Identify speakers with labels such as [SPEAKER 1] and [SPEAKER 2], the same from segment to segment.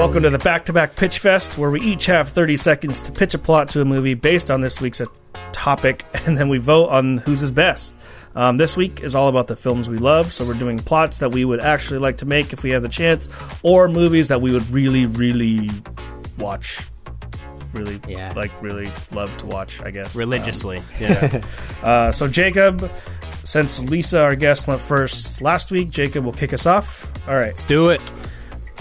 [SPEAKER 1] Welcome to the back to back pitch fest, where we each have 30 seconds to pitch a plot to a movie based on this week's uh, topic, and then we vote on whose is best. Um, this week is all about the films we love, so we're doing plots that we would actually like to make if we had the chance, or movies that we would really, really watch. Really,
[SPEAKER 2] Yeah.
[SPEAKER 1] like, really love to watch, I guess. Um,
[SPEAKER 3] religiously.
[SPEAKER 1] Uh, so, Jacob, since Lisa, our guest, went first last week, Jacob will kick us off. All right,
[SPEAKER 3] Do it.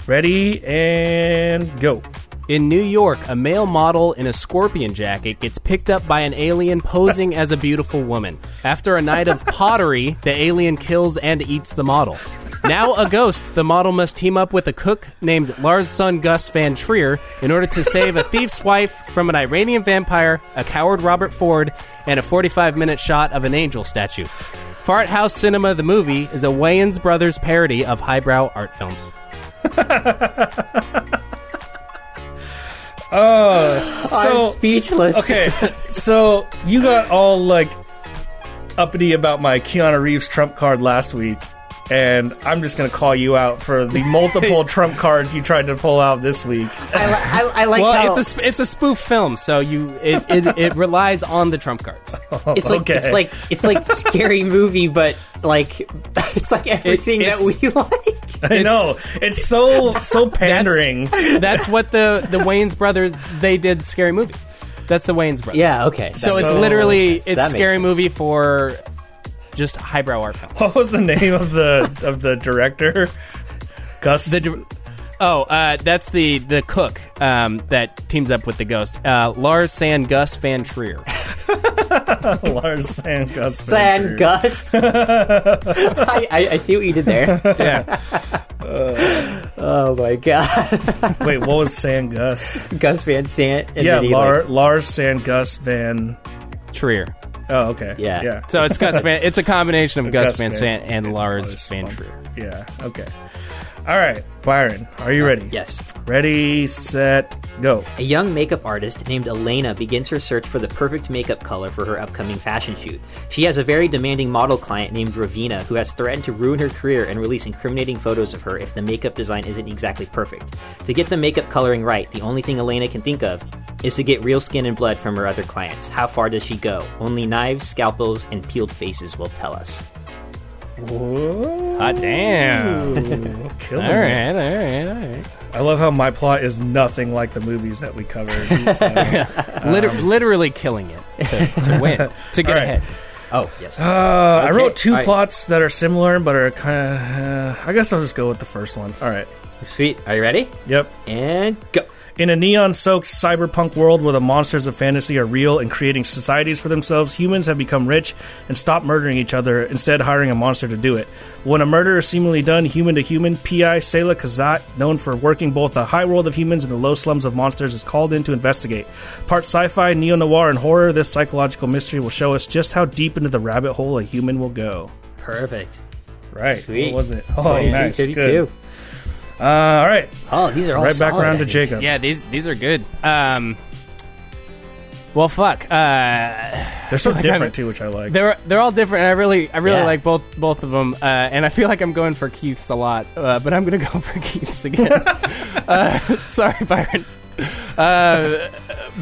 [SPEAKER 1] ready and go.
[SPEAKER 3] In New York, a male model in a scorpion jacket gets picked up by an alien posing as a beautiful woman. After a night of pottery, the alien kills and eats the model. Now a ghost, the model must team up with a cook named Lars' son Gus Van Trier in order to save a thief's wife from an Iranian vampire, a coward Robert Ford, and a 45 minute shot of an angel statue. Fart House Cinema, the movie, is a Wayans Brothers parody of highbrow art films.
[SPEAKER 1] So-
[SPEAKER 2] I'm speechless.
[SPEAKER 1] Okay, so you got all like uppity about my Keanu Reeves trump card last week, and I'm just gonna call you out for the multiple trump cards you tried to pull out this week.
[SPEAKER 2] I, li- I, I like
[SPEAKER 3] Well,
[SPEAKER 2] how
[SPEAKER 3] it's a sp- it's a spoof film, so you it, it, it relies on the trump cards.
[SPEAKER 2] it's like it's
[SPEAKER 1] okay.
[SPEAKER 2] like it's like scary movie, but like it's like everything that
[SPEAKER 3] it's-
[SPEAKER 2] we like.
[SPEAKER 1] I know it's so so pandering.
[SPEAKER 3] That's what the the Wayne's brothers they did scary movie. That's the Wayne's brothers.
[SPEAKER 2] Yeah. Okay.
[SPEAKER 3] So, it's
[SPEAKER 1] So-
[SPEAKER 3] literally
[SPEAKER 2] That
[SPEAKER 3] it's
[SPEAKER 2] makes
[SPEAKER 3] scary
[SPEAKER 2] sense.
[SPEAKER 3] movie for just highbrow art film.
[SPEAKER 1] What was the name of the of the director? Gus.
[SPEAKER 3] The dir- oh, uh, that's the the cook um, that teams up with the ghost. Uh, Lars San Gus Van Trier.
[SPEAKER 1] Lars San Gus.
[SPEAKER 2] San Gus. I, I, I see what you did there.
[SPEAKER 3] Yeah,
[SPEAKER 2] Oh my god,
[SPEAKER 1] Wait, what was San Gus?
[SPEAKER 2] Gus Van Sant. And
[SPEAKER 1] Yeah,
[SPEAKER 2] then he,
[SPEAKER 1] Lar-
[SPEAKER 2] like-
[SPEAKER 1] Lars San Gus Van.
[SPEAKER 3] Trier.
[SPEAKER 1] Oh, okay.
[SPEAKER 2] Yeah.
[SPEAKER 1] yeah.
[SPEAKER 3] So it's Gus Van. It's a combination of Gus, Van Sant and
[SPEAKER 1] Lars
[SPEAKER 3] Lars Van
[SPEAKER 1] Von-
[SPEAKER 3] Trier.
[SPEAKER 1] Yeah. Okay. All right, Byron, are you ready?
[SPEAKER 2] yes.
[SPEAKER 1] Ready, set, go.
[SPEAKER 2] A young makeup artist named Elena begins her search for the perfect makeup color for her upcoming fashion shoot. She has a very demanding model client named Ravina who has threatened to ruin her career and release incriminating photos of her if the makeup design isn't exactly perfect. To get the makeup coloring right, the only thing Elena can think of is to get real skin and blood from her other clients. How far does she go? Only knives, scalpels, and peeled faces will tell us.
[SPEAKER 3] Hot damn!
[SPEAKER 1] Kill
[SPEAKER 3] All right, all right, all right.
[SPEAKER 1] I love how my plot is nothing like the movies that we covered. so.
[SPEAKER 3] Liter- literally killing it Um, to, to win to get
[SPEAKER 1] All right.
[SPEAKER 3] ahead.
[SPEAKER 2] Oh, yes.
[SPEAKER 1] Uh, I wrote two
[SPEAKER 2] all right.
[SPEAKER 1] plots that are similar, but are kind of. Uh, I guess I'll just go with the first one. All right.
[SPEAKER 2] Sweet. Are you ready?
[SPEAKER 1] Yep.
[SPEAKER 2] And go.
[SPEAKER 1] In a neon soaked cyberpunk world where the monsters of fantasy are real and creating societies for themselves, humans have become rich and stopped murdering each other, instead, hiring a monster to do it. When a murder is seemingly done human to human, PI Sela Kazat, known for working both the high world of humans and the low slums of monsters, is called in to investigate. Part sci fi, neo noir, and horror, this psychological mystery will show us just how deep into the rabbit hole a human will go.
[SPEAKER 2] Perfect.
[SPEAKER 1] Right.
[SPEAKER 2] Sweet.
[SPEAKER 1] What was it? Oh, nice.
[SPEAKER 2] 32.
[SPEAKER 1] Good. Uh, all right.
[SPEAKER 2] Oh, these are all
[SPEAKER 1] Right back
[SPEAKER 2] solid,
[SPEAKER 1] around
[SPEAKER 2] I
[SPEAKER 1] to
[SPEAKER 2] think.
[SPEAKER 1] Jacob.
[SPEAKER 3] Yeah, these these are good. Um, well, fuck. Uh,
[SPEAKER 1] They're so
[SPEAKER 3] I'm-
[SPEAKER 1] different, too, which I like.
[SPEAKER 3] they're they're all different. And I really I really
[SPEAKER 2] Yeah.
[SPEAKER 3] like both both of them. Uh, and I feel like I'm going for Keith's a lot, uh, but I'm gonna go for Keith's again. uh, sorry, Byron. Uh,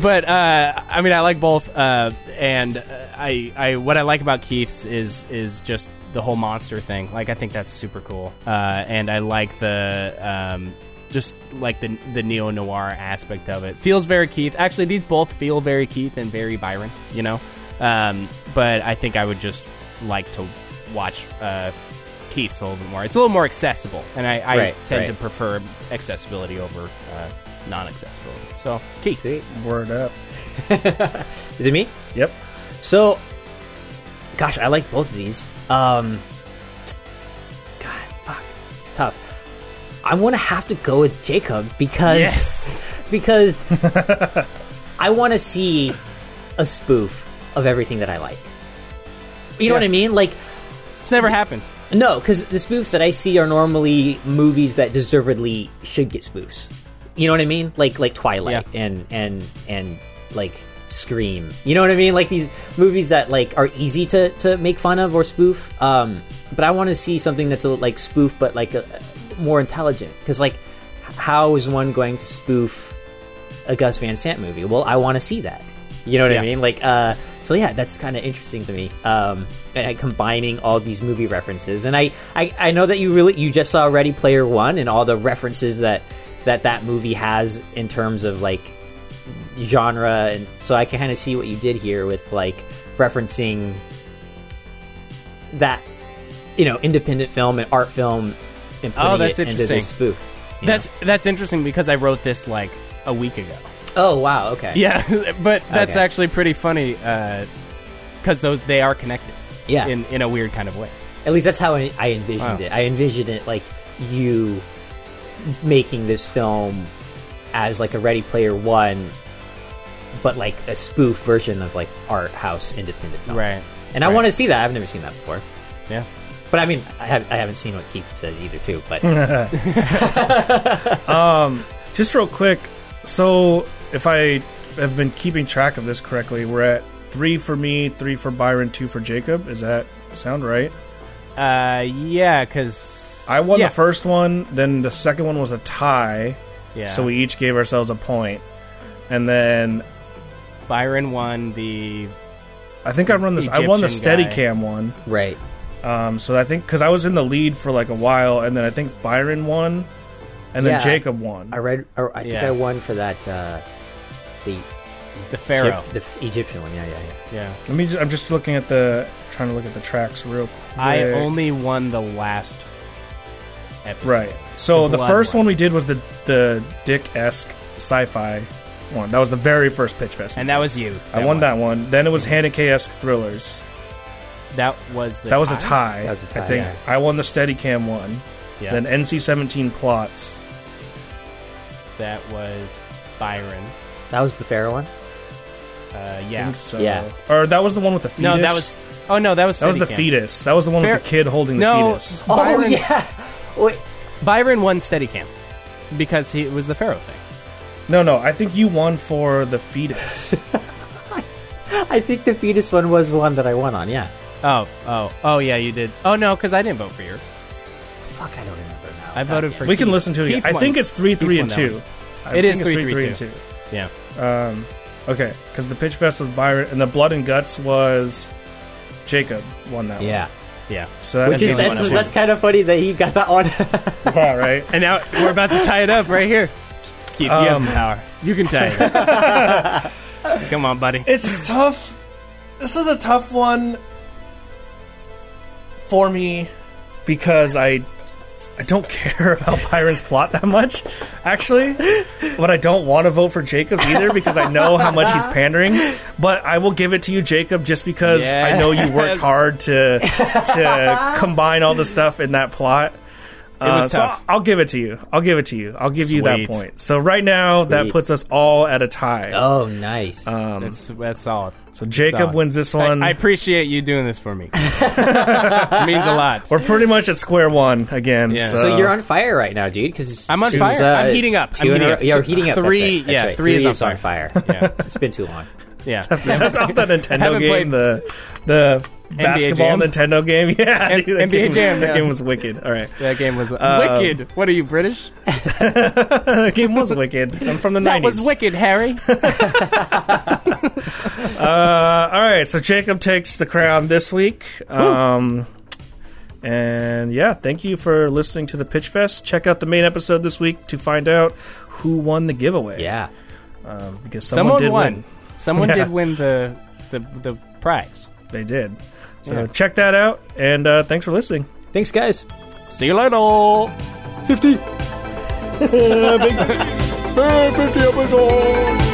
[SPEAKER 3] but uh, I mean, I like both, uh, and uh, I, I what I like about Keith's is is just the whole monster thing. Like, I think that's super cool, uh, and I like the um, just like the the neo noir aspect of it. Feels very Keith. Actually, these both feel very Keith and very Byron. You know, um, but I think I would just like to watch. Uh, Keith's a little bit more. It's a little more accessible, and I, I
[SPEAKER 2] Right,
[SPEAKER 3] tend
[SPEAKER 2] right.
[SPEAKER 3] to prefer accessibility over uh, non-accessibility. So, Keith,
[SPEAKER 2] Sweet.
[SPEAKER 1] Word up.
[SPEAKER 2] Is it me?
[SPEAKER 1] Yep.
[SPEAKER 2] So, gosh, I like both of these. Um, God, fuck, it's tough. I'm gonna have to go with Jacob because because I want to see a spoof of everything that I like. You know
[SPEAKER 3] Yeah.
[SPEAKER 2] what I mean? Like,
[SPEAKER 3] It's never happened.
[SPEAKER 2] no, because the spoofs that I see are normally movies that deservedly should get spoofs. You know what I mean? Like like Twilight
[SPEAKER 3] Yeah.
[SPEAKER 2] and and and like Scream. You know what I mean? Like these movies that like are easy to to make fun of or spoof. Um, but I want to see something that's a, little, like spoof, but like a, more intelligent. Because like, h- how is one going to spoof a Gus Van Sant movie? Well, I want to see that. You know what I
[SPEAKER 3] Yeah.
[SPEAKER 2] mean? Like, uh, so yeah, that's kind of interesting to me. Um, and, and combining all these movie references, and I, I, I know that you really you just saw Ready Player One and all the references that that that movie has in terms of like genre, and so I can kind of see what you did here with like referencing that you know independent film and art film and putting
[SPEAKER 3] Oh, that's
[SPEAKER 2] it into
[SPEAKER 3] interesting.
[SPEAKER 2] this spoof. you know?
[SPEAKER 3] That's that's interesting because I wrote this like a week ago.
[SPEAKER 2] oh wow okay
[SPEAKER 3] Yeah, but that's
[SPEAKER 2] Okay.
[SPEAKER 3] actually pretty funny because those they are connected.
[SPEAKER 2] Yeah.
[SPEAKER 3] in in a weird kind of way.
[SPEAKER 2] At least that's how I, I envisioned
[SPEAKER 3] Wow.
[SPEAKER 2] it. I envisioned it like you making this film as like a Ready Player One, but like a spoof version of like art house independent
[SPEAKER 1] Oh.
[SPEAKER 2] film.
[SPEAKER 3] Right.
[SPEAKER 2] And I
[SPEAKER 3] Right.
[SPEAKER 2] want to see that. I've never seen that before.
[SPEAKER 3] Yeah.
[SPEAKER 2] But I mean, I, have, I haven't seen what Keith said either, too. But
[SPEAKER 1] Just real quick. So, if I have been keeping track of this correctly, we're at three for me, three for Byron, two for Jacob. Is that sound right?
[SPEAKER 3] Uh, yeah, because
[SPEAKER 1] I won
[SPEAKER 3] Yeah.
[SPEAKER 1] the first one. Then the second one was a tie.
[SPEAKER 3] Yeah.
[SPEAKER 1] So we each gave ourselves a point. And then
[SPEAKER 3] Byron won the
[SPEAKER 1] I think I run this. I won the
[SPEAKER 3] Egyptian guy.
[SPEAKER 1] Steadicam one.
[SPEAKER 2] right,
[SPEAKER 1] Um, so I think because I was in the lead for like a while, and then I think Byron won, and then
[SPEAKER 2] Yeah.
[SPEAKER 1] Jacob won.
[SPEAKER 2] I read. Or I think
[SPEAKER 3] Yeah.
[SPEAKER 2] I won for that uh, the
[SPEAKER 3] the Pharaoh.
[SPEAKER 2] Egypt- the Egyptian one. Yeah, yeah, yeah.
[SPEAKER 3] Yeah,
[SPEAKER 1] Let me. Just, I'm just looking at the trying to look at the tracks real quick.
[SPEAKER 3] I only won the last episode.
[SPEAKER 1] right. So
[SPEAKER 3] The
[SPEAKER 1] the,
[SPEAKER 3] blood
[SPEAKER 1] first
[SPEAKER 3] one.
[SPEAKER 1] one we did was the the Dick esque sci fi one. That was the very first Pitch Fest.
[SPEAKER 3] and that was you.
[SPEAKER 1] I won that one. Then it was Haneke esque thrillers.
[SPEAKER 3] That was the
[SPEAKER 1] that was a tie.
[SPEAKER 2] That was a
[SPEAKER 1] I
[SPEAKER 2] tie,
[SPEAKER 1] think
[SPEAKER 2] yeah.
[SPEAKER 1] I won the Steadicam one.
[SPEAKER 3] Yeah,
[SPEAKER 1] Then NC17 plots.
[SPEAKER 3] that was Byron.
[SPEAKER 2] That was the Pharaoh one.
[SPEAKER 3] Uh,
[SPEAKER 1] I
[SPEAKER 3] yeah.
[SPEAKER 1] think so.
[SPEAKER 2] Yeah.
[SPEAKER 1] Or that was the one with the fetus.
[SPEAKER 3] No, that was. Oh no, that was
[SPEAKER 1] that was the
[SPEAKER 3] Steadicam.
[SPEAKER 1] fetus. That was the one
[SPEAKER 3] Fair-
[SPEAKER 1] with the kid holding the
[SPEAKER 3] No.
[SPEAKER 1] fetus.
[SPEAKER 3] Byron-
[SPEAKER 2] Oh yeah. Wait.
[SPEAKER 3] Byron won Steadicam because he it was the Pharaoh thing.
[SPEAKER 1] No, no. I think you won for the fetus.
[SPEAKER 2] I think the fetus one was the one that I won on. Yeah.
[SPEAKER 3] Oh, oh, oh yeah, you did. Oh no, because I didn't vote for yours.
[SPEAKER 2] Fuck, I don't remember now.
[SPEAKER 3] I voted for.
[SPEAKER 1] we can
[SPEAKER 3] Keith.
[SPEAKER 1] listen to it.
[SPEAKER 3] Keith
[SPEAKER 1] I
[SPEAKER 3] won.
[SPEAKER 1] think it's three,
[SPEAKER 3] Keith
[SPEAKER 1] three,
[SPEAKER 3] won
[SPEAKER 1] and
[SPEAKER 3] that
[SPEAKER 1] two.
[SPEAKER 3] one.
[SPEAKER 1] I
[SPEAKER 3] It
[SPEAKER 1] think
[SPEAKER 3] is
[SPEAKER 1] it's
[SPEAKER 3] three,
[SPEAKER 1] three,
[SPEAKER 3] three,
[SPEAKER 1] three, and
[SPEAKER 3] two.
[SPEAKER 1] two.
[SPEAKER 3] Yeah.
[SPEAKER 1] Um, okay, because the pitch fest was Byron, and the blood and guts was Jacob won that.
[SPEAKER 2] Yeah.
[SPEAKER 3] Yeah.
[SPEAKER 1] one. so
[SPEAKER 2] Which
[SPEAKER 1] that's
[SPEAKER 2] is
[SPEAKER 1] the only
[SPEAKER 2] that's,
[SPEAKER 1] one I
[SPEAKER 2] that's kind of funny that he got that one.
[SPEAKER 1] won. Yeah, right.
[SPEAKER 3] And now we're about to tie it up right here. Keith, you have
[SPEAKER 1] Um,
[SPEAKER 3] the power. You can tie it. up. Come on, buddy.
[SPEAKER 1] It's tough. This is a tough one for me because I I don't care about Byron's plot that much, actually. But I don't want to vote for Jacob either because I know how much he's pandering. But I will give it to you, Jacob, just because I know you
[SPEAKER 3] Yes.
[SPEAKER 1] worked hard to to combine all the stuff in that plot. Uh,
[SPEAKER 3] was
[SPEAKER 1] so
[SPEAKER 3] tough.
[SPEAKER 1] I'll give it to you. I'll give it to you. I'll give you that
[SPEAKER 3] Sweet.
[SPEAKER 1] point. So right now, that
[SPEAKER 2] Sweet.
[SPEAKER 1] puts us all at a tie.
[SPEAKER 2] oh, nice.
[SPEAKER 3] that's, that's solid.
[SPEAKER 1] Um, So Jacob
[SPEAKER 3] Solid.
[SPEAKER 1] wins this one.
[SPEAKER 3] I, I appreciate you doing this for me. it means a lot.
[SPEAKER 1] We're pretty much at square one again.
[SPEAKER 3] Yeah.
[SPEAKER 1] So,
[SPEAKER 2] so you're on fire right now, dude. Because
[SPEAKER 3] I'm on fire. I'm heating up. I'm heating up.
[SPEAKER 2] You're heating up. that's
[SPEAKER 3] Three-
[SPEAKER 2] right, that's
[SPEAKER 3] yeah,
[SPEAKER 2] right.
[SPEAKER 3] three is on
[SPEAKER 2] fire.
[SPEAKER 3] Yeah.
[SPEAKER 2] it's been too long.
[SPEAKER 3] Yeah.
[SPEAKER 1] Is that off that Nintendo
[SPEAKER 3] Haven't
[SPEAKER 1] game?
[SPEAKER 3] played-
[SPEAKER 1] The the basketball
[SPEAKER 3] Jam?
[SPEAKER 1] Nintendo game. Yeah,
[SPEAKER 3] N-
[SPEAKER 1] dude, that
[SPEAKER 3] NBA
[SPEAKER 1] game,
[SPEAKER 3] Jam,
[SPEAKER 1] That
[SPEAKER 3] yeah.
[SPEAKER 1] game was wicked. All right,
[SPEAKER 3] That game was
[SPEAKER 1] Um,
[SPEAKER 3] wicked. What are you, British?
[SPEAKER 1] that game was wicked. I'm from the
[SPEAKER 3] That
[SPEAKER 1] nineties.
[SPEAKER 3] was wicked, Harry.
[SPEAKER 1] Uh, all right, so Jacob takes the crown this week. Um, and yeah, thank you for listening to the Pitch Fest. Check out the main episode this week to find out who won the giveaway.
[SPEAKER 2] Yeah.
[SPEAKER 1] um, because someone,
[SPEAKER 3] Someone
[SPEAKER 1] did
[SPEAKER 3] won.
[SPEAKER 1] win.
[SPEAKER 3] Someone
[SPEAKER 1] Yeah.
[SPEAKER 3] did win the, the the prize.
[SPEAKER 1] They did. So
[SPEAKER 3] Yeah.
[SPEAKER 1] check that out, and uh, thanks for listening.
[SPEAKER 2] Thanks, guys.
[SPEAKER 3] See you later. Fifty. Big, 50 episodes.